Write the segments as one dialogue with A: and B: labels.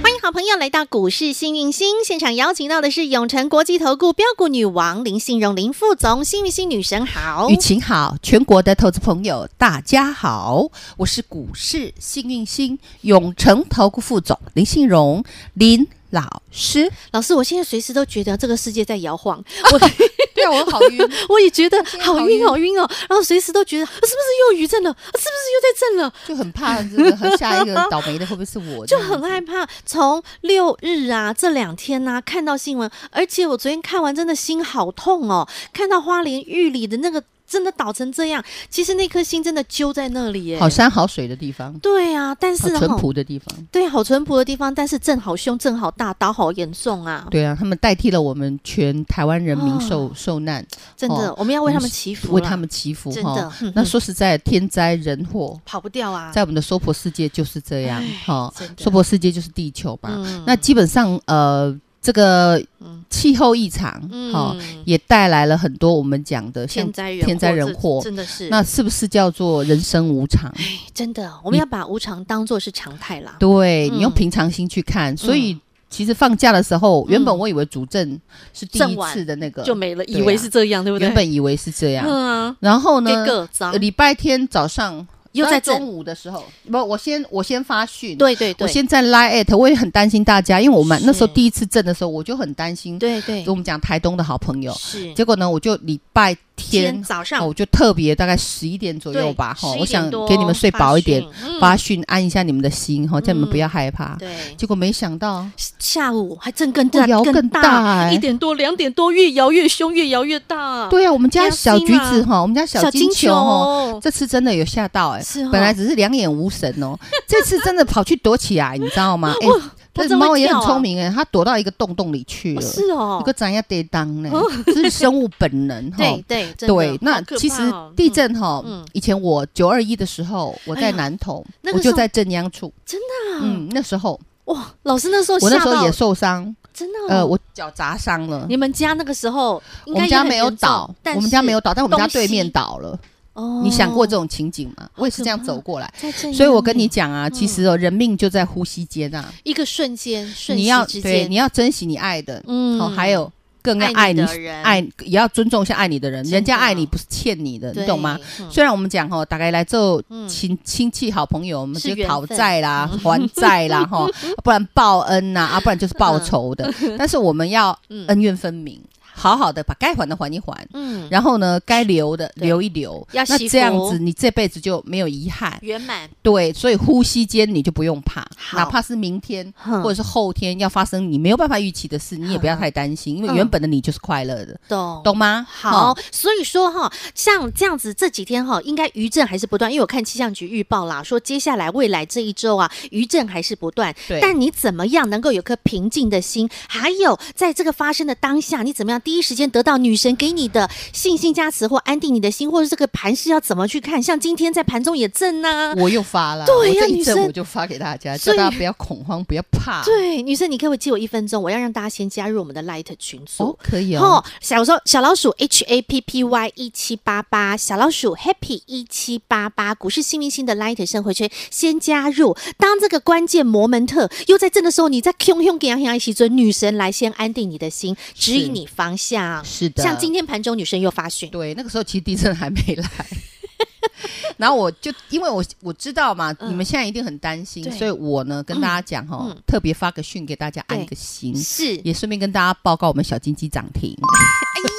A: 欢迎好朋友来到股市幸运星现场，邀请到的是永诚国际投顾标股女王林信荣林副总，幸运星女神好
B: 雨。晴好，全国的投资朋友大家好，我是股市幸运星永诚投顾副总林信荣林老师。
A: 老师，我现在随时都觉得这个世界在摇 晃，
B: 对啊，我好晕，
A: 我也觉得好
B: 好
A: 晕
B: 晕
A: 好晕哦，然后随时都觉得啊是不是又余震了，啊是不是又在震了，
B: 就很怕这个很下一个倒霉的会不会是我？
A: 就很害怕。从六日啊这两天呐、看到新闻，而且我昨天看完真的心好痛哦，看到花莲玉里的那个真的倒成这样，其实那颗心真的揪在那里耶。
B: 好山好水的地方，
A: 对啊，但
B: 好
A: 是
B: 淳
A: 哦
B: 朴的地方。
A: 对，好淳朴的地方，但是震好凶，震好大，倒好严重啊！
B: 对啊，他们代替了我们全台湾人民
A: 哦
B: 受、受难，
A: 真的，
B: 哦
A: 我们要为他们
B: 是
A: 祈福啦，
B: 为他们祈福
A: 真的
B: 哈。
A: 哼
B: 那
A: 哼
B: 说实在，天灾人祸
A: 跑不掉啊！
B: 在我们的娑婆世界就是这样
A: 哎
B: 哈
A: 真。的
B: 娑婆世界就是地球嘛，
A: 嗯
B: 那基本上呃，这个
A: 嗯
B: 气候异常，哈、
A: 嗯
B: 也带来了很多我们讲的像
A: 天灾人
B: 天灾人
A: 这
B: 祸
A: 真的是
B: 那是不是叫做人生无 常？
A: 真的，我们
B: 你
A: 要把无常当做是常态啦。
B: 对，
A: 嗯
B: 你用平常心去看。所以其实放假的时候，原本我以为主政是第
A: 嗯正
B: 一
A: 完
B: 次的那个，
A: 就没了，
B: 对啊
A: 以为是这样，对不对？
B: 原本以为是这样。
A: 嗯啊，
B: 然后
A: 给
B: 呢，
A: 个脏
B: 呃，礼拜天早上
A: 又在
B: 中
A: 震，
B: 午的时候，不，我先我先发讯，，
A: 对对
B: 我
A: 对，
B: 先在 Line at，我也很担心大家，因为我们
A: 是
B: 那时候第一次震的时候，我就很担心。
A: 对对
B: 我们讲台东的好朋友，
A: 是
B: 结果呢，我就礼拜
A: 嗯今
B: 天
A: 天早
B: 哦
A: 上
B: 我就特别大概十一点左右
A: 对
B: 吧，哈，
A: 11
B: 我想
A: 点多
B: 给你们睡饱一点，
A: 发讯嗯
B: 发讯安一下你们的心，哈，叫你们
A: 嗯
B: 不要害怕。
A: 对，
B: 结果没想到，
A: 下午还震更大，
B: 会摇更大哎
A: 一点多、两点多，越摇越凶，越摇越大。
B: 对啊，我们家
A: 良心
B: 小橘
A: 啊
B: 子哈，我们家小金球哈，
A: 哦，
B: 这次真的有吓到哎
A: 是哦，
B: 本来只是两眼无神 哦，这次真的跑去躲起来，你知道吗？哎，
A: 它
B: 这
A: 真会
B: 猫也
A: 跳
B: 很
A: 啊
B: 聪明哎，它躲到一个洞洞里去
A: 哦
B: 了，
A: 是哦
B: 有，个咱要得当呢，这是生物本能哈。
A: 对对真的
B: 对，那
A: 好可
B: 其
A: 怕
B: 实
A: 哦
B: 地
A: 嗯
B: 震哈
A: 嗯，
B: 以前我九二一的时候，我
A: 哎
B: 在
A: 呀
B: 南投，
A: 那
B: 我
A: 个
B: 就
A: 时候
B: 在镇央处，
A: 真的啊，
B: 嗯，那时候
A: 哇，老师那时候
B: 我那
A: 吓
B: 时候
A: 到
B: 也，受伤，
A: 真的哦
B: 呃，我脚砸伤了
A: 你。们家那个时候应
B: 我
A: 该
B: 们
A: 也
B: 家
A: 很
B: 没有
A: 严重
B: 倒，
A: 但
B: 我们家
A: 是
B: 没有倒，但我们家
A: 东
B: 对面
A: 西
B: 倒了。
A: 哦，
B: 你想过这种情景吗？我也是这样
A: 可
B: 走
A: 怕哎
B: 过来，
A: 在这样耶？
B: 所以我跟你讲
A: 嗯
B: 啊，其实哦，人命就在呼吸间啊，
A: 一个瞬间，瞬
B: 你
A: 息
B: 要
A: 之
B: 对，
A: 间，
B: 你要珍惜你爱的，
A: 嗯
B: 好，还有更要
A: 爱
B: 爱
A: 你
B: 你
A: 的人
B: 爱，也要尊重一下爱你的人，
A: 真
B: 人家
A: 的
B: 爱你不是欠你的，你
A: 对
B: 懂吗？？
A: 嗯
B: 虽然我们讲哦哈，大概来做
A: 嗯
B: 亲亲戚、好朋友，我们
A: 是
B: 就
A: 缘
B: 讨
A: 分嗯
B: 债啦、 还债啦哈，不然报恩呐，啊，不然就是报仇的。 但是我们要
A: 嗯
B: 恩怨分明，好好的把该还的还一还，
A: 嗯，
B: 然后呢，该留的
A: 对
B: 留一留。
A: 要
B: 那
A: 惜
B: 这样
A: 福
B: 子，你这辈子就没有遗憾。
A: 圆满，
B: 对，所以呼吸间你就不用怕，
A: 好嗯
B: 哪怕是明天
A: 或
B: 或者是后天要发生你没有办法预期的事，你也不要
A: 嗯
B: 太担心，因为
A: 嗯
B: 原本的你就是快乐的，
A: 懂
B: 懂吗？
A: 好
B: 哈，，
A: 所以说哈，像这样子这几天哈，应该余震还是不断，因为我看气象局预报啦，说接下来未来这一周啊，余震还是不断。
B: 对
A: 但你怎么样能够有颗平静的心？还有在这个发生的当下，你怎么样第一时间得到女神给你的信心加持，或安定你的心，或者这个盘势要怎么去看？像今天在盘中也震啊呐、
B: 我又发了，
A: 对呀
B: 我这一
A: 女
B: 阵
A: 生
B: 我就发给大家，
A: 所
B: 叫
A: 以
B: 大家不要恐慌，不要怕。哦
A: 对，女生，你可不可以借我一分钟？我要让大家先加入我们的 Light 群组。
B: 哦，可以哦
A: 哦，，小时候小老鼠 H A P P Y 一七八八，小老鼠 Happy 一七八八，股市幸运星的 Light 生活圈先加入。当这个关键摩门特又在震的时候，你在 Q Q 给他一起准女神来先安定你的心，指引你方向。
B: 是的，
A: 像今天盘中女神又发讯，
B: 对那个时候其实地震还没 来。然后我就因为我我知道嘛，
A: 嗯
B: 你们现在一定很担心
A: 对，
B: 所以我呢跟大家讲哈、
A: 嗯
B: 特别发个讯给大家
A: 对
B: 安个心，
A: 是
B: 也顺便跟大家报告我们小金鸡涨停。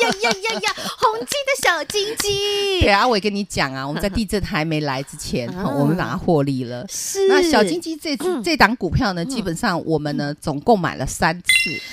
A: 哎呀呀呀 呀，宏基的小金鸡，
B: 对啊，我也跟你讲 啊，我们在地震还没来之前，哦
A: 啊
B: 我们把它获利了。
A: 是
B: 那小金鸡这只
A: 嗯
B: 这档股票呢，基本上我们呢总共买了三次，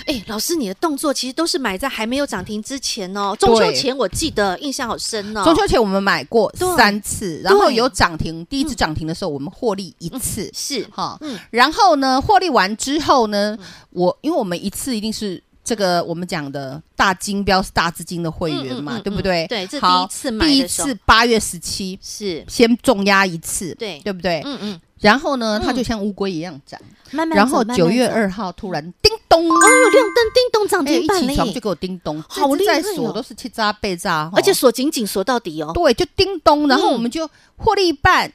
A: 哎，老师，你的动作其实都是买在还没有涨停之前哦，中秋
B: 对
A: 前我记得印象好深哦。
B: 中秋前我们买过
A: 对
B: 三次，然后
A: 对
B: 有涨停，第一次涨停的时候我们获利一次，
A: 是
B: 哈
A: 嗯，
B: 然后呢，获利完之后呢，我因为我们一次一定是这个我们讲的大金标是大资金的会员
A: 嗯
B: 嘛
A: 嗯嗯，
B: 对不对
A: 嗯？对这是
B: 好
A: 第一次买
B: 第一
A: 的时候
B: 次八月十七
A: 是，
B: 先重压一次，
A: 对
B: 对不对？
A: 嗯嗯，
B: 然后呢，它就像乌龟一样涨，
A: 慢慢
B: 然后
A: 走
B: 九月，二号突然叮咚，
A: 慢慢走哎呦，亮灯叮咚涨
B: 哎
A: 停
B: 一
A: 板
B: 起床就
A: 嘞，
B: 给我叮咚，
A: 好厉害哦
B: 这只在锁都是七扎被扎，
A: 而且
B: 吼
A: 锁紧紧锁到底哦，
B: 对，就叮咚，然后
A: 嗯
B: 我们就获利一半，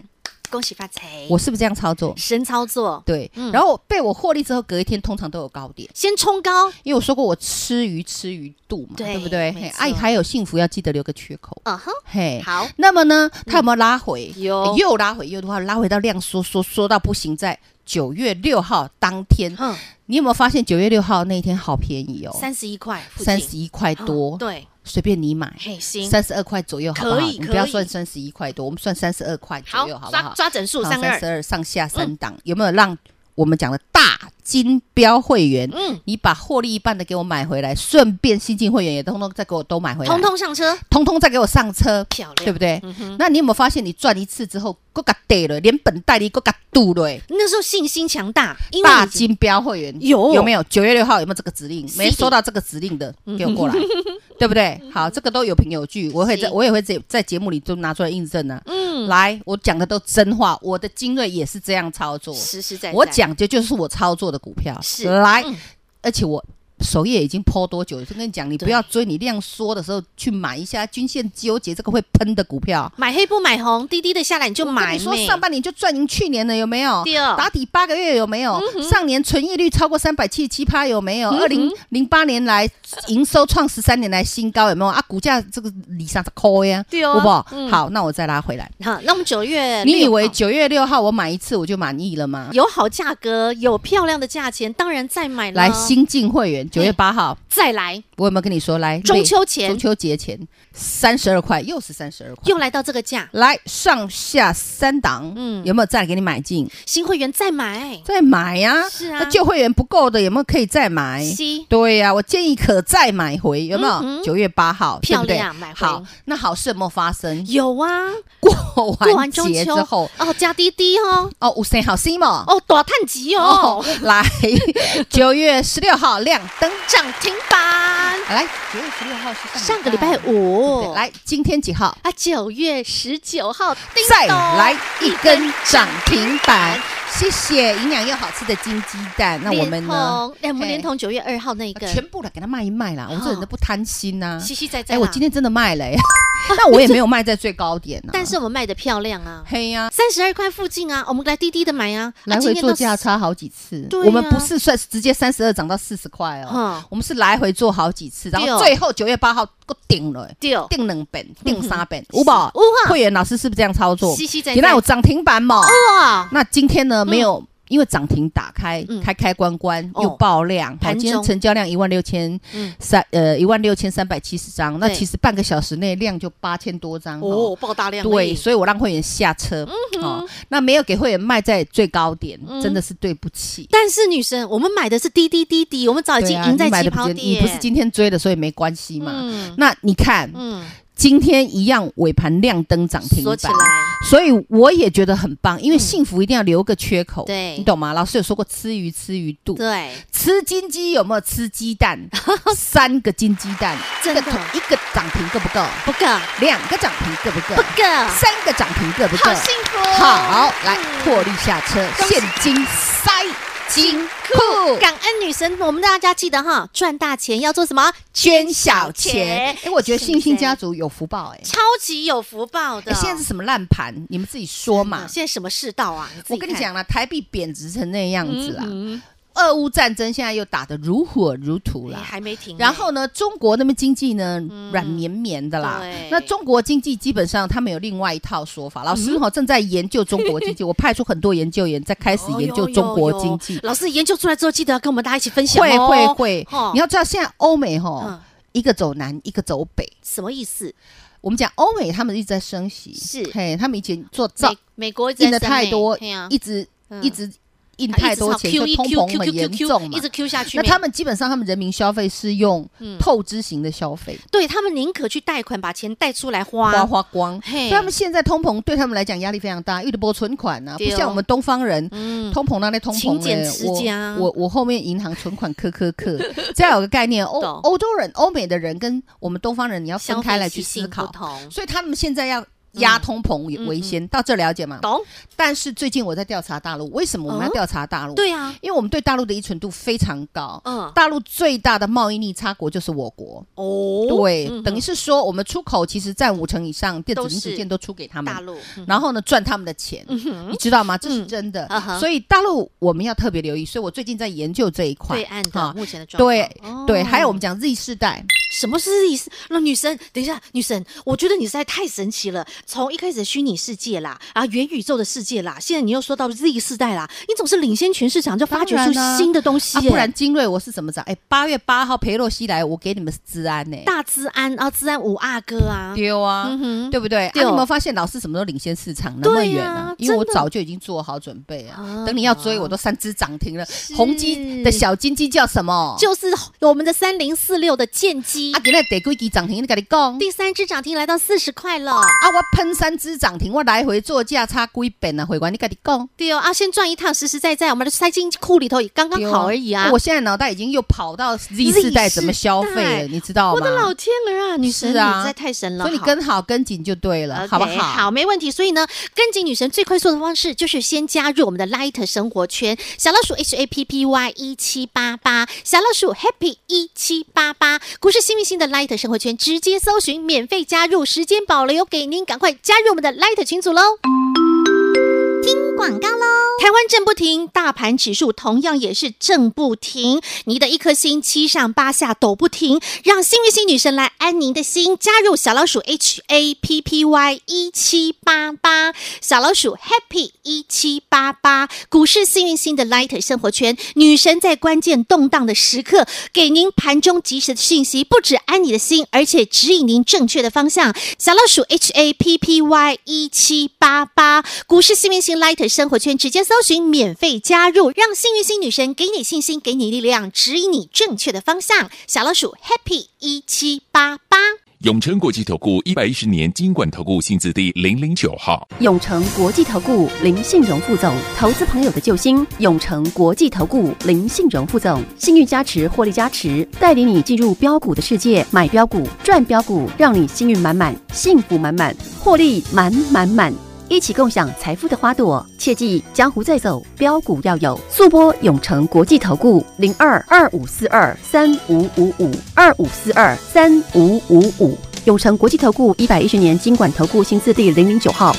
A: 恭喜发财，
B: 我是不是这样操作？
A: 神操作，
B: 对，
A: 嗯
B: 然后被我获利之后，隔一天通常都有高点。
A: 先冲高，
B: 因为我说过我吃鱼吃鱼肚嘛，
A: 对
B: 对不对？
A: 没
B: 嘿，
A: 错
B: 阿姨还有幸福要记得留个缺口，
A: 嗯哼，
B: 嘿。
A: 好，
B: 那么呢，它有没有拉回？哎
A: 有
B: 又拉回，又的话拉回到量缩缩缩到不行，在九月六号当天，
A: 哼，
B: 你有没有发现九月六号那一天好便宜哦？
A: 三十一块附近，
B: 三十一块
A: 嗯
B: 多，
A: 对，
B: 随便你买，
A: 嘿，行，
B: 三十二块左右好不好？
A: 可以
B: 你不要
A: 可以
B: 算三十一块多，我们算三十二块左
A: 好
B: 右，好不
A: 抓
B: 好？
A: 抓整数三
B: 三
A: 二嗯
B: 十，二上下三档，有没有让我们讲的大金标会员？
A: 嗯，
B: 你把获利一半的给我买回来，顺便新进会员也通通再给我都买回来，
A: 通通上车，
B: 通通再给我上车，
A: 漂
B: 对
A: 亮。
B: 不对？
A: 嗯哼，
B: 那你有没有发现，你赚一次之后，够嘎对了，连本带利够嘎度了？
A: 那时候信心强大，因为
B: 大
A: 已经
B: 金标会员
A: 有
B: 有没有？九月六号有没有这个指令？
A: 是的
B: 没收到这个指令的，给我过 来，对不对？好，这个都有凭有据，我会在
A: 是
B: 我也会在在节目里都拿出来印证呢、
A: 嗯，
B: 来，我讲的都真话，我的精锐也是这样操作，
A: 实实在在，
B: 我讲的就是我操作的股票。
A: 是
B: 来，
A: 嗯
B: 而且我首页已经抛多久了？就跟你讲，你
A: 对
B: 不要追，你量缩的时候去买一下均线纠结这个会喷的股票。
A: 买黑不买红，滴滴的下来你就买
B: 你说
A: 妹
B: 上半年就赚赢去年了，有没有？
A: 对嗯哦
B: 打底八个月有没有？上年纯益率超过三百七十七趴有没有？
A: 嗯
B: 二零零八年来营收创十三年来新高有没有？啊，股价这个离上是抠呀，
A: 对哦
B: 好不好？
A: 嗯
B: 好，那我再拉回来。
A: 好，那我们九月
B: 你以
A: 六
B: 为
A: 号
B: 九月六号我买一次我就满意了吗？
A: 有好价格，有漂亮的价钱，当然再买
B: 来，
A: 咯
B: 新进会员九月八号，
A: 再来
B: 我有没有跟你说？来，
A: 中秋
B: 类
A: 前
B: 中秋节前三十二块，又是三十二块。
A: 又来到这个价，
B: 来上下三档，
A: 嗯
B: 嗯，有没有再给你买进？
A: 新会员再买，
B: 再买呀、
A: 是啊
B: 那旧会员不够的，有没有可以再买？
A: 西
B: 对呀、我建议可再买回，有没
A: 嗯
B: 有？
A: 哼
B: 九、月八号，
A: 漂
B: 对
A: 亮
B: 不对
A: 买回
B: 好，那好事有没有发生？
A: 有啊，
B: 过
A: 过
B: 完
A: 完中
B: 节
A: 秋
B: 之后，
A: 哦，加滴滴哦，
B: 哦，五三好 C 嘛，
A: 哦，大探级哦，，
B: 来，九月十六号亮灯，
A: 涨停板，
B: 来，九月十六号是
A: 上个礼拜五
B: 哎对来，今天几号？
A: 啊，九月十九号，叮
B: 再
A: 咚
B: 来一根涨停板，谢谢营养又好吃的金鸡蛋。那我们
A: 连
B: 呢？
A: 同？哎，我们
B: 嘿
A: 连同九月二号那一根，
B: 全部来给它卖一卖啦！我这人都不贪心呐。
A: 实实在在
B: 哎，
A: 啦。
B: 我今天真的卖了哎，那 我也没有卖在最高点呢。
A: 但是我们卖的漂亮啊，
B: 嘿呀，
A: 三十二块附近啊，我们来滴滴的买啊，啊
B: 来回做价，差好几次
A: 对。呀
B: 我们不是算直接三十二涨到四十块
A: 嗯
B: 哦，我们是来回做好几次，然
A: 对哦
B: 后最后九月八号够顶了哎，
A: 丢
B: 顶两本，顶三本，
A: 是
B: 五宝
A: 嗯有啊
B: 会员老师是不是这样操作？
A: 实实在在嗯
B: 原来有涨停板嘛？
A: 哇，
B: 那今天呢，没有、因为涨停打开，
A: 嗯
B: 开开关关、
A: 哦
B: 又爆量，好，
A: 盘
B: 今天
A: 中
B: 成交量一万六千
A: 嗯
B: 三呃一万六千三百七十张，那
A: 对
B: 其实半个小时内量就八千多张
A: 哦，
B: 哦。
A: 爆大量而
B: 对，
A: 已，
B: 所以我让会员下车、
A: 嗯
B: 哦，那没有给会员卖在最高点，真的是对不起。
A: 但是女神，我们买的是滴滴滴滴，我们哦早已
B: 对
A: 经
B: 啊，
A: 赢在
B: 你买
A: 起
B: 的不
A: 跑
B: 是
A: 点，
B: 你不是今天追的，所以没关系嘛。
A: 嗯
B: 那你看，
A: 嗯，
B: 今天一样尾盘亮灯涨停
A: 锁
B: 嗯板，
A: 起来，嗯
B: 所以我也觉得很棒，因为幸福一定要留个缺口，
A: 对
B: 你懂吗？老师有说过，吃鱼吃鱼肚，
A: 对，
B: 吃金鸡有没有吃 鸡蛋？三个金鸡蛋，
A: 真的
B: 一个一个涨停够不够？
A: 不够
B: 两个涨停够不
A: 不
B: 够？
A: 够，
B: 三个涨停够不够
A: 好？幸福，
B: 好，来
A: 嗯
B: 获利下车，
A: 恭喜
B: 现金塞金库。
A: 感恩女神，我们大家记得哈，赚大钱要做什么？
B: 捐小钱，哎，我觉得
A: 是
B: 信
A: 不
B: 心
A: 是
B: 家族有福报，哎，
A: 超级有福报的。
B: 哎现在是什么烂盘？你们自己说嘛
A: 嗯。现在什么世道啊？自己
B: 我跟你
A: 看，
B: 讲了，台币贬值成那样子啊啦，
A: 嗯
B: 俄乌战争现在又打得如火如荼
A: 哼，哎
B: 啦。
A: 还没停呢。
B: 然后呢，中国那边经济呢软绵绵的啦
A: 嗯对。
B: 那中国经济基本上他们有另外一套说法，老
A: 嗯
B: 师哈正在研究中国 经济，我派出很多研究员在开始
A: 哦
B: 研究
A: 有有
B: 中国
A: 有
B: 经济。
A: 老师研究出来之后，记得要跟我们大家一起分享
B: 会
A: 哦。
B: 会会
A: 哦，
B: 你要知道现在欧美
A: 嗯
B: 哈一个走南，一个走北。
A: 什么意思？
B: 我们讲欧美他们一直在升息，
A: 是
B: 嘿，他们以前做造
A: 美美国一直
B: 印
A: 在
B: 的
A: 升
B: 太
A: 欸
B: 多
A: 嘿啊，
B: 一直
A: 嗯
B: 一直印
A: 它一
B: 太
A: 直
B: 多
A: 炒
B: 钱，就
A: Q 一
B: 通
A: Q
B: 膨
A: Q
B: 很
A: Q
B: 严
A: Q
B: 重
A: Q
B: 嘛
A: 一。直 Q 下去
B: 那
A: 没。
B: 他们基本上他们人民消费是用
A: 嗯
B: 透支型的消费，
A: 对他们宁可去贷款把钱贷出来花，
B: 花花光。所
A: 嘿，
B: 以他们现在通膨对他们来讲压力非常大，因为波存款啊，不
A: 对哦
B: 像我们东方人，
A: 嗯
B: 通膨那类通膨
A: 勤
B: 嘞
A: 俭持家
B: 我我我后面银行存款磕磕 磕，这样有个概念。欧
A: 懂
B: 欧洲人、欧美的人跟我们东方人，你要分
A: 消
B: 开
A: 费
B: 来
A: 习
B: 去
A: 性
B: 思
A: 不
B: 考。
A: 同，
B: 所以他们现在要压通膨为先，到这了解吗？
A: 嗯懂？
B: 但是最近我在调查大陆，为什么我们
A: 嗯
B: 要调查大陆？，
A: 对啊，
B: 因为我们对大陆的依存度非常高。
A: 嗯，
B: 大陆最大的贸易逆差国就是我国，
A: 哦，
B: 对，
A: 嗯哼
B: 等于是说我们出口其实占五成以上，电子
A: 都
B: 零组
A: 是
B: 件都出给他们
A: 大，陆，嗯
B: 然后呢赚他们的钱，你知道吗？这是
A: 嗯
B: 真的
A: 啊，哈
B: 所以大陆我们要特别留意。所以我最近在研究这一块
A: 对，岸
B: 啊
A: 的目前的状况，
B: 对
A: 哦
B: 对，还有我们讲 Z 世代，
A: 什么是意思？那女神，等一下，女神，我觉得你实在太神奇了。从一开始的虚拟世界啦，啊，元宇宙的世界啦，现在你又说到 Z 世代啦，你总是领先全市场，就发掘
B: 当
A: 出
B: 然啊
A: 新的东西、
B: 啊，
A: 耶
B: 不然精锐我是怎么找？哎，八月八号裴洛西来，我给你们治安呢，
A: 大资安啊，资安五阿哥啊，
B: 丢啊，
A: 嗯哼，
B: 对不对？啊，你
A: 对哦
B: 有没有发现老师什么时候领先市场那么
A: 对
B: 远
A: 呀
B: 啊？因为我
A: 真的
B: 早就已经做好准备啊
A: 啊，
B: 等你要追，我都三只涨停了。宏基的小金鸡叫什么？
A: 就是我们的三零四六的剑机
B: 啊，，给那得几只涨停，你跟你讲。
A: 第三只涨停来到四十块了。
B: 啊，我喷三只涨停，我来回做价差几本啊，回完你跟你讲。
A: 对哦，啊，先赚一趟，实实在在，我们的塞进库里头也刚刚好而已啊。
B: 我现在脑袋已经又跑到 Z 世代怎么消费了，你知道
A: 我
B: 吗
A: 的？老天儿啊，女神，
B: 是啊
A: 你实在太神了，
B: 所以你
A: 好
B: 跟好跟紧就对了，好不
A: OK，
B: 好？
A: 好，没问题。所以呢，跟紧女神最快速的方式就是先加入我们的 Light 生活圈，小老鼠 H A P P Y 一七八八，小老鼠 Happy 一七八八，股市新明星的 Light 生活圈，直接搜寻免费加入，时间保留给您，赶快加入我们的 Light 群组喽。广告喽。台湾震不停，大盘指数同样也是震不停，你的一颗心七上八下抖不停，让幸运星女神来安您的心。加入小老鼠 H A P P Y 一七八八，小老鼠 Happy 一七八八，股市幸运星的 Light 生活圈，女神在关键动荡的时刻给您盘中及时的讯息，不止安你的心，而且指引您正确的方向。小老鼠 H A P P Y 一七八八，股市幸运星 Light 生活圈直接搜寻免费加入，让幸运星女神给你信心，给你力量，指引你正确的方向。小老鼠 Happy 一七八八。
C: 永诚国际投顾一百一十年金管投顾性质第零零九号。
D: 永诚国际投顾林信荣副总，投资朋友的救星。永诚国际投顾林信荣副总，信誉加持，获利加持，带领你进入标股的世界，买标股，赚标股，让你幸运满满，幸福满满，获利满满满。一起共享财富的花朵，切记江湖再走，标股要有。速播永诚国际投顾零二二五四二三五五五二五四二三五五五。永诚国际投顾一百一十年经管投顾新字第零零九号。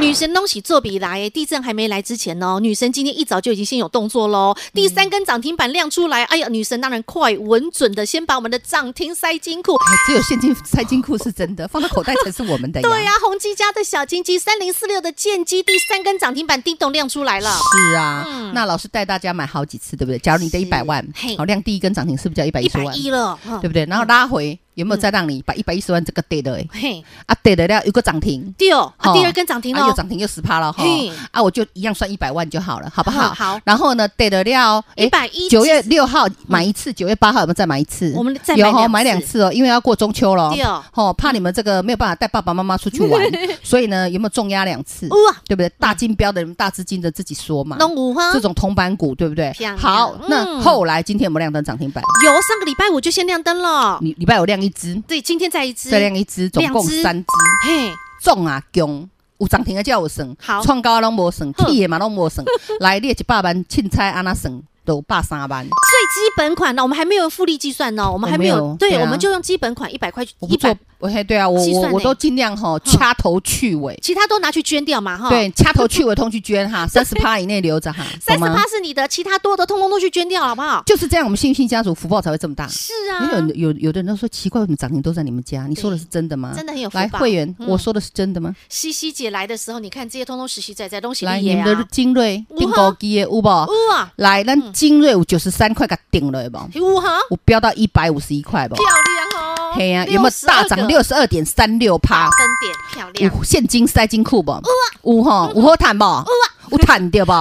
A: 女神东西做比来，地震还没来之前哦，女神今天一早就已经先有动作喽。第三根涨停板亮出来，哎呀，女神当然快稳准的先把我们的涨停塞金库。
B: 哎只有现金塞金库是真的，放到口袋才是我们的哎 呀。
A: 对呀、宏基家的小金鸡三零四六的剑鸡第三根涨停板叮咚亮出来了。
B: 是啊，
A: 嗯
B: 那老师带大家买好几次，对不对？假如你的一百万
A: 嘿，
B: 好量第一根涨停是不是叫一百一
A: 一
B: 十
A: 百
B: 万？
A: 一了，嗯
B: 对不对？然后拉回有没有再让你把一百一十万这个跌的？哎
A: 嗯嘿，
B: 啊，跌的了有个涨停，
A: 第二
B: 哦
A: 啊，第二根涨停
B: 啊
A: 了
B: 又，涨停又十趴了哈
A: 嘿。
B: 啊，我就一样算一百万就好了，好不好？
A: 嗯好
B: 然后呢，得了料，诶
A: 110
B: 九月六号买一次，九月八号有没有再买一次？
A: 嗯我们再买
B: 有
A: 两
B: 哦
A: 次
B: 买两次哦，因为要过中秋了
A: 对哦。嗯
B: 哦，怕你们这个没有办法带爸爸妈妈出去玩， 所以呢，有没有重压两次？
A: 哇，
B: 对不对？大金标的人、大资金的自己说嘛。
A: 哦弄五哈，
B: 啊这种铜板股，对不对
A: 漂？亮
B: 好，那
A: 嗯
B: 后来今天有没有亮灯涨停板？
A: 有上个礼拜五就先亮灯了，
B: 你礼拜有亮一只，
A: 对，今天再一只，
B: 嗯再亮一只，总共
A: 两只
B: 三只。
A: 嘿，
B: 重啊强，有涨停的叫我算，
A: 好
B: 创高拢无算，
A: 哼
B: 起的嘛拢无算， 来你的一百万，凊彩安那算都百三万，
A: 最基本款呢，我们还没有复利计算呢，我们还没
B: 我没有
A: 有，
B: 对
A: 对，
B: 啊
A: 我们就用基本款一百块，
B: 我不
A: 一
B: 做
A: 百
B: 我嘿，对啊，我
A: 计算
B: 我我
A: 呢嗯
B: 都尽量哈掐头去尾，
A: 其他都拿去捐掉嘛哈。
B: 对，掐头去尾通去捐哈， 三十趴以内留着哈，
A: 三
B: 懂
A: 十
B: 吗
A: 趴？是你的，其他多的通通都去捐掉，好不好？
B: 就是这样，我们幸运家族福报才会这么大。
A: 是啊
B: 因为，有有有的人都说奇怪，为什么涨停都在你们家？你说的是真的吗？
A: 真的很有福
B: 来，
A: 报。
B: 会员，
A: 嗯
B: 我说的是真的吗？
A: 西西姐来的时候，你看这些通通实实在在东西
B: 来，
A: 里
B: 你
A: 也
B: 们的
A: 啊，
B: 精锐
A: 有啊
B: 并购机的有不？
A: 哇，
B: 来，咱精锐有九十三块给顶了有不？
A: 五行
B: 我飙到一百五十一块不
A: 漂？亮哦，
B: 嘿呀，啊有没有大涨六十二点三六趴？
A: 分点漂亮？
B: 有现金塞金库不？
A: 啊
B: 有吼，
A: 嗯
B: 有好赚不？ 有赚对不？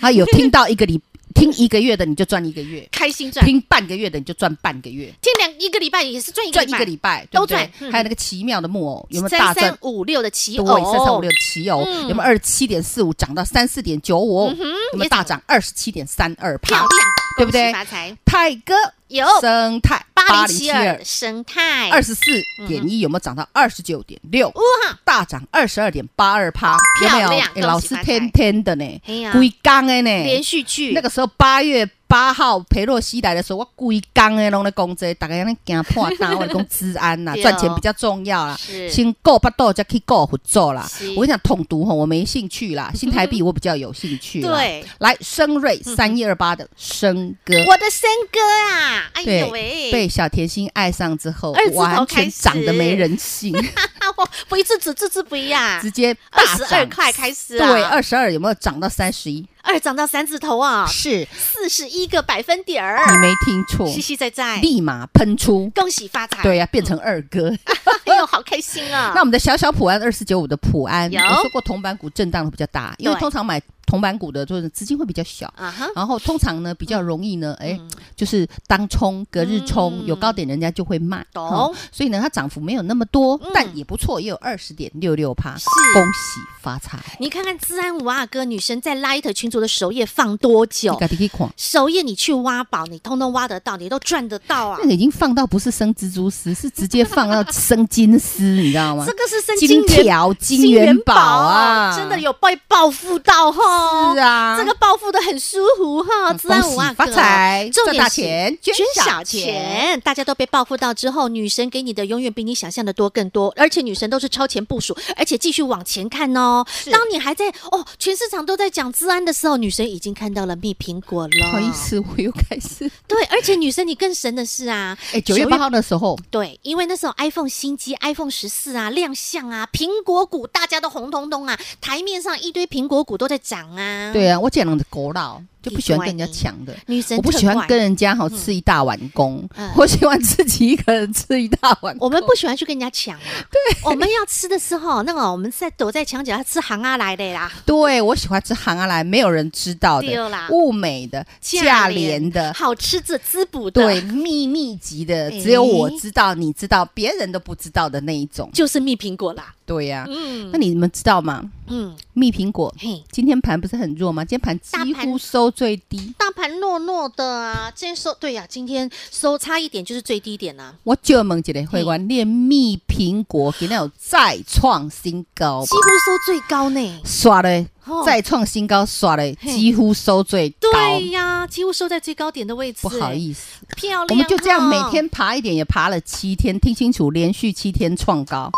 B: 啊，有听到一 个礼，听一个月的你就赚一个月，
A: 开心赚，
B: 听半个月的你就赚半个月，
A: 听两一个礼拜也是赚一个
B: 赚
A: 礼
B: 一
A: 拜，
B: 个礼拜对
A: 都
B: 不对
A: 赚嗯
B: 还有那个奇妙的木偶有没有大
A: 三
B: 赚
A: 三？五六的奇
B: 对，
A: 偶，
B: 三三五六奇偶
A: 嗯
B: 有没有二十七点四五涨到三四点九五？有没有大涨二十七点三二
A: 漂
B: 趴
A: 亮？，
B: 对不对
A: 恭喜发财
B: 泰哥
A: 有
B: 生态
A: 八零七
B: 8072
A: 二哎嗯生态
B: 二十四点一有没有涨到二十九点六？
A: 哇，
B: 大涨二十二点八二趴，有
A: 哦漂
B: 没
A: 亮
B: 有？哎
A: 恭喜
B: 老师
A: 发财
B: 天天的呢
A: 哎呀，
B: 规刚的
A: 连
B: 呢。
A: 续剧
B: 那个时候八月八号裴洛西来的时候，我规刚的拢在讲这个，大家在惊破单，我讲治 安呐、
A: 对哦
B: 赚钱比较重要啦。
A: 是
B: 先够巴肚再去够辅助啦
A: 是。
B: 我跟你讲，统独吼，我没兴趣啦。新台币我比较有兴趣。
A: 对，嗯
B: 来升瑞三一二八的升哥，
A: 我的森哥啊，哎呦喂，
B: 被小甜心爱上之后
A: 二字，头
B: 完
A: 开
B: 全
A: 始
B: 长得没 人性，
A: 啊，我不一次只这次不一样，
B: 直接
A: 二
B: 大
A: 十二
B: 涨。
A: 块开始啊，
B: 对，二十二有没有涨到三十一？
A: 二涨到三字头啊，
B: 是
A: 四十一个百分点儿，
B: 你没听错，
A: 实实在在，
B: 立马喷出。
A: 恭喜发财，
B: 对呀、变成二哥。
A: 哎呦，好开心啊！
B: 那我们的小小普安二四九五的普安，
A: 有
B: 我说过铜板股震荡的比较大，因为
A: 对
B: 通常买铜板股的就是资金会比较小。
A: 啊哈，
B: 然后通常呢比较容易呢，哎、就是当冲、隔日冲、
A: 嗯
B: 有高点，人家就会卖。
A: 懂
B: 哦所以呢，它涨幅没有那么多，
A: 嗯
B: 但也不错，也有二十点六六趴，
A: 是
B: 恭喜发财。
A: 你看看资安五阿哥女生在 Light 群组的首页放多久
B: 你？赶紧去看，
A: 首页你去挖宝，你通通挖得到，你都赚得到啊
B: 那！个已经放到不是生蜘蛛丝，是直接放到生金丝，你知道吗
A: 这？个是生
B: 嗯金
A: 元
B: 条、金元宝啊，
A: 真的有被报复到哈。
B: 是啊，
A: 这个报复的很舒服哈，
B: 嗯
A: 自然五
B: 恭
A: 啊
B: 喜发财
A: 重
B: 赚
A: 点
B: 大
A: 是
B: 钱
A: 捐
B: 捐
A: 小
B: 小
A: 钱
B: 钱，
A: 大家都被报复到之后，女神给你的永远比你想象的多更多，而且女神都是超前部署，而且继续往前看哦。当你还在哦，全市场都在讲治安的时候，女神已经看到了蜜苹果了。
B: 不好意，思，我又开始。
A: 对，而且女神你更神的是啊，
B: 哎，九月八号的时候，
A: 对，因为那时候 iPhone 新机 iPhone 十四啊亮相啊，苹果股大家都红彤彤啊，台面上一堆苹果股都在涨啊。，
B: 对啊，我讲的狗老就不喜
A: 奇怪
B: 欢跟人家
A: 你
B: 抢的。
A: 女神
B: 我不
A: 特
B: 喜欢
A: 怪
B: 跟人家好吃一大碗公
A: 嗯，
B: 我喜欢自己一个人吃一大碗
A: 我
B: 公。
A: 们不喜欢去跟人家抢啊。对，我们要吃的时候，那个我们在躲在墙角，要吃行啊来的 啦。
B: 对我喜欢吃行啊来，没有人知道
A: 对啦
B: 的、物美的、
A: 价
B: 价
A: 廉
B: 廉的。
A: 好吃这滋补的，
B: 对，，秘密级的，
A: 哎
B: 只有我知道，你知道，别人都不知道的那一种。
A: 就是蜜苹果啦。
B: 对呀，
A: 嗯
B: 那你们知道吗？
A: 嗯，
B: 蜜苹果
A: 嘿，
B: 今天盘不是很弱吗？今天盘几
A: 大盘
B: 乎收最低，
A: 大盘落落的啊，今天收对呀、今天收差一点就是最低点啊啦、
B: 我就问一个会员，连蜜苹果今天有再创新高吗
A: 几？乎收最高呢。
B: 刷嘞
A: 哦，
B: 再创新高，刷嘞，
A: 嘿
B: 几乎收最高。
A: 对呀、几乎收在最高点的位置。
B: 不好
A: 思，
B: 意思，
A: 漂亮、啊
B: 我们就这样每
A: 哦
B: 天爬一点，也爬了七天，听清楚，连续七天创
A: 啊
B: 高，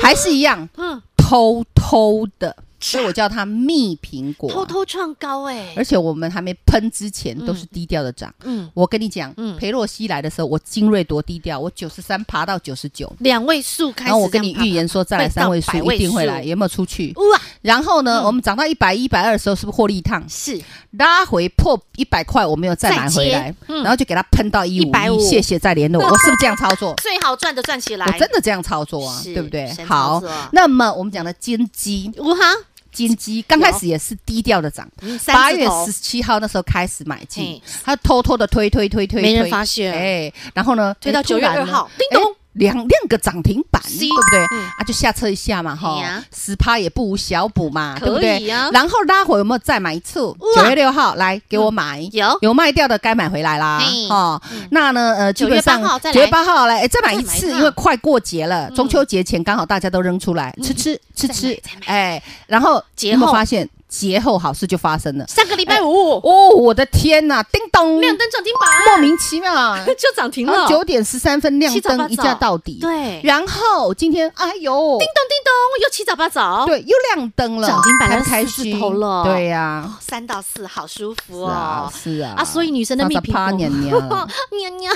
B: 还是一样
A: 嗯
B: 偷偷的，所以我叫它蜜苹果。
A: 偷，偷创高哎、
B: 啊而且我们还没喷之前都是低调的涨。
A: 嗯，
B: 我跟你讲
A: 嗯，
B: 裴洛西来的时候，我精锐多低调，我九十三爬到九十九，
A: 两位数开始。
B: 然后我跟你预，言说再来三位数
A: 会到百位
B: 一定会
A: 数
B: 来，有没有出去？
A: 哇，
B: 然后呢，
A: 嗯
B: 我们涨到一百一百二的时候，是不是获利一趟？
A: 是
B: 拉回破一百块，我没有再买回
A: 再
B: 来
A: 接，嗯
B: 然后就给它喷到一五一，
A: 150？
B: 谢谢再联络，我是不是这样操作
A: 最好赚的赚起嗯来。
B: 我真的这样操作啊，
A: 是
B: 对不对
A: 神？操
B: 好
A: 作，
B: 那么我们讲的金鸡，
A: 无哈，
B: 金鸡刚开始也是低调的涨，
A: 嗯三
B: 八
A: 字
B: 月
A: 头
B: 十七号那时候开始买进
A: 嘿，
B: 它偷偷的推推推推，
A: 没人
B: 推
A: 发现
B: 哎，然后呢，
A: 推到
B: 哎
A: 9月2号，
B: 突然呢
A: 叮咚
B: 哎两两个涨停板，
A: 是
B: 对不对
A: 嗯？
B: 啊，就下车一下嘛，
A: 嘿
B: 哈
A: 呀，
B: 十趴也不无小补嘛，
A: 可以
B: 对不对
A: 呀？
B: 然后拉回有没有再买一次？
A: 哇
B: 九月六号来给我买，
A: 有
B: 有卖掉的该买回来啦
A: 哦嘿，嗯
B: 哈。那呢，呃，基本上
A: 9月8号再来
B: 9月8号来，哎，再买一
A: 再买
B: 次，
A: 一嗯趟
B: 因为快过节了，中秋节前刚好大家都扔出来
A: 嗯
B: 吃吃吃吃，哎，然后
A: 节
B: 有没有
A: 后
B: 发现节后好事就发生了？哦
A: 上个礼拜五、
B: 哦，我的天呐，叮灯，
A: 亮灯涨停板，
B: 莫名其 妙。啊
A: 就涨停
B: 然
A: 了
B: 后。九点十三分亮
A: 七早八
B: 灯
A: 早
B: 一价到底，
A: 对
B: 然后今天哎呦，
A: 叮咚叮咚，又七早八早，
B: 对，又亮灯了，
A: 涨停板
B: 开
A: 了
B: 不开
A: 四
B: 心
A: 头了
B: 对呀，
A: 三到四，好舒服
B: 是
A: 哦
B: 啊，。是啊，
A: 啊，所以女生的蜜哦苹
B: 啪
A: 果，
B: 年年了，
A: 喵 喵，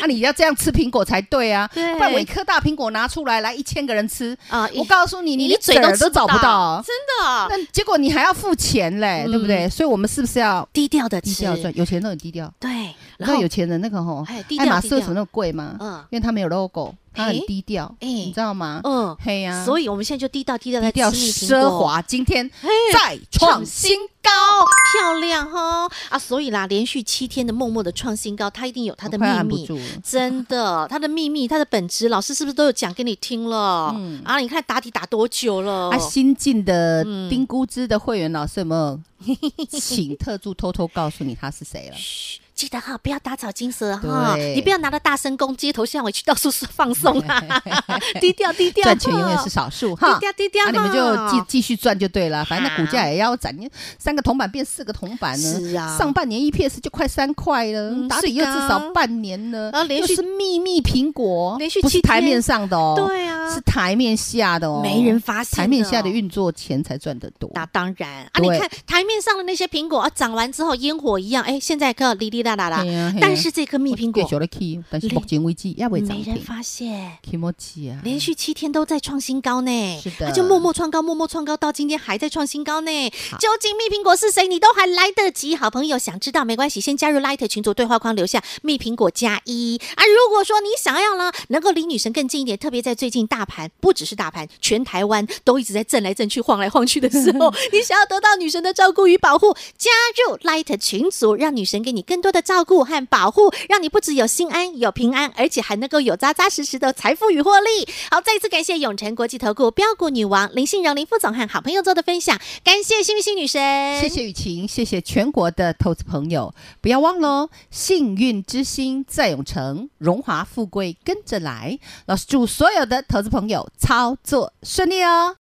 B: 啊，你要这样吃苹果才对啊，
A: 对
B: 不然我一颗大苹果拿出来来一千个人吃，
A: 啊
B: 我告诉你，你
A: 一
B: 一
A: 嘴
B: 嘴
A: 都
B: 都
A: 吃
B: 找
A: 不
B: 不
A: 到啊
B: 到，
A: 真的，
B: 那结果你还要付钱
A: 嗯
B: 嘞，对不对？所以我们是不是要
A: 低调的
B: 低
A: 吃，
B: 调赚？有钱人都很低调，
A: 对，
B: 你
A: 然
B: 知道
A: 后
B: 有钱人那个吼
A: 哎低，调
B: 爱马
A: 低
B: 仕为什
A: 调
B: 么那么贵吗？
A: 嗯
B: 因为它没有 logo，它很
A: 哎
B: 低调，
A: 哎
B: 你知道吗？
A: 嗯，
B: 嘿呀，
A: 所以我们现在就低调低调
B: 低
A: 在
B: 调
A: 吃蜜
B: 奢
A: 苹果，
B: 华，今天再创新高，
A: 漂亮哈啊！所以啦，连续七天的默默的创新高，它一定有它的
B: 我快按
A: 秘
B: 不
A: 密
B: 住。了
A: 真的，它的秘密，它的本质，老师是不是都有讲给你听了？嗯
B: 嗯
A: 啊，你看打底打多久了？
B: 啊，新进的
A: 哦嗯
B: 丁估之的会员老师有没有请特助偷偷告诉你他是谁了？
A: 嘘，记得哈，不要打草惊蛇哈，
B: 对
A: 你不要拿着大声公街头巷尾去到处放送 啊，低调低调，
B: 赚钱永远是少数哈
A: 低，调低调哈，
B: 啊，你们就继继续赚就对了，反正那
A: 好
B: 股价也要涨，你三个铜板变四个铜板呢。
A: 是啊
B: 上半年 EPS 就快三块了
A: 嗯，
B: 打底
A: 是
B: 又
A: 啊
B: 至少半年了，
A: 然后连续
B: 又是秘密苹果，
A: 连续
B: 不
A: 七
B: 是台
A: 天
B: 面上的哦，
A: 对啊
B: 是台面下的哦，
A: 没人发现的
B: 台面下的运作钱才赚得多。
A: 那当然啊，你
B: 对
A: 看台面上的那些苹果啊，长完之后烟火一样，哎，现在可哩哩啦啦啦
B: 嘿啊嘿，啊
A: 但是这颗蜜苹
B: 我月
A: 果
B: 久了 key，但是目前为止也未涨
A: 没人
B: 停。
A: 发现。
B: k i m o c 啊，
A: 连续七天都在创新高呢，
B: 是的
A: 它就默默创高，默默创高，到今天还在创新高呢。
B: 好
A: 究竟蜜苹果是谁？你都还来得及，好朋友想知道没关系，先加入 Light 群组对话框留下蜜苹果加一啊。如果说你想要呢，能够离女神更近一点，特别在最近大盘不只是大盘，全台湾都一直在震来震去、晃来晃去的时 候，你想要得到女神的照顾与保护，加入 Light 群组，让女神给你更多的照顾和保护，让你不只有心安有平安，而且还能够有扎扎实实的财富与获利。好，再次感谢永诚国际投顾标股女王林信荣林副总和好朋友做的分享，感谢幸运星女神，
B: 谢谢雨晴，谢谢全国的投资朋友，不要忘喽！幸运之星在永城，荣华富贵跟着来。老师祝所有的投资朋友操作顺利哦！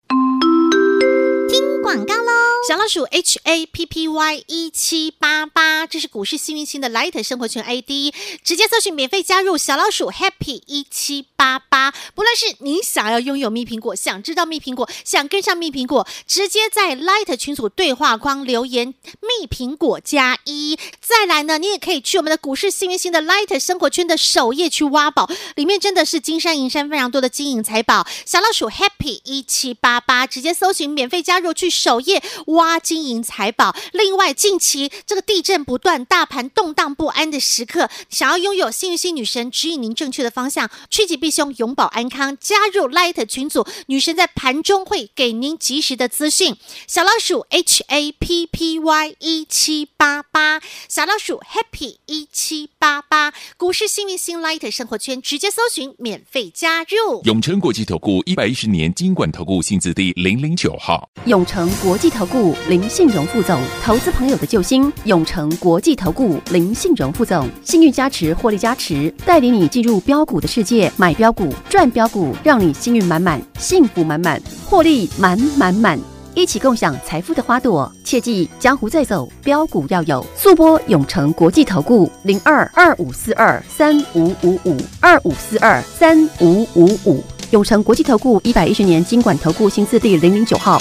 A: 广告喽。小老鼠 H A P P Y 一七八八，这是股市幸运星的 Light 生活圈 A D，直接搜寻免费加入小老鼠 Happy 一七八八。不论是你想要拥有蜜苹果，想知道蜜苹果，想跟上蜜苹果，直接在 Light 群组对话框留言蜜苹果加一。再来呢，你也可以去我们的股市幸运星的 Light 生活圈的首页去挖宝，里面真的是金山银山非常多的金银财宝。小老鼠 Happy 一七八八，直接搜寻免费加入去首页挖金银财宝。另外，近期这个地震不断、大盘动荡不安的时刻，想要拥有幸运星女神指引您正确的方向，趋吉避凶，永保安康，加入 Light 群组，女神在盘中会给您及时的资讯。小老鼠 H A P P Y 一七八八，小老鼠 Happy 一七八八，股市幸运星 Light 生活圈直接搜寻免费加入。
C: 永诚国际投顾一百一十年金管投顾性质第零零九号。
D: 永诚国际投顾林信荣副总，投资朋友的救星。永诚国际投顾林信荣副总，幸运加持，获利加持，带领你进入标股的世界，买标股，赚标股，让你幸运满满，幸福满满，获利满满满。一起共享财富的花朵，切记江湖再走，标股要有。速播永诚国际投顾零二二五四二三五五五二五四二三五五五。永诚国际投顾一百一十年经管投顾新字第零零九号。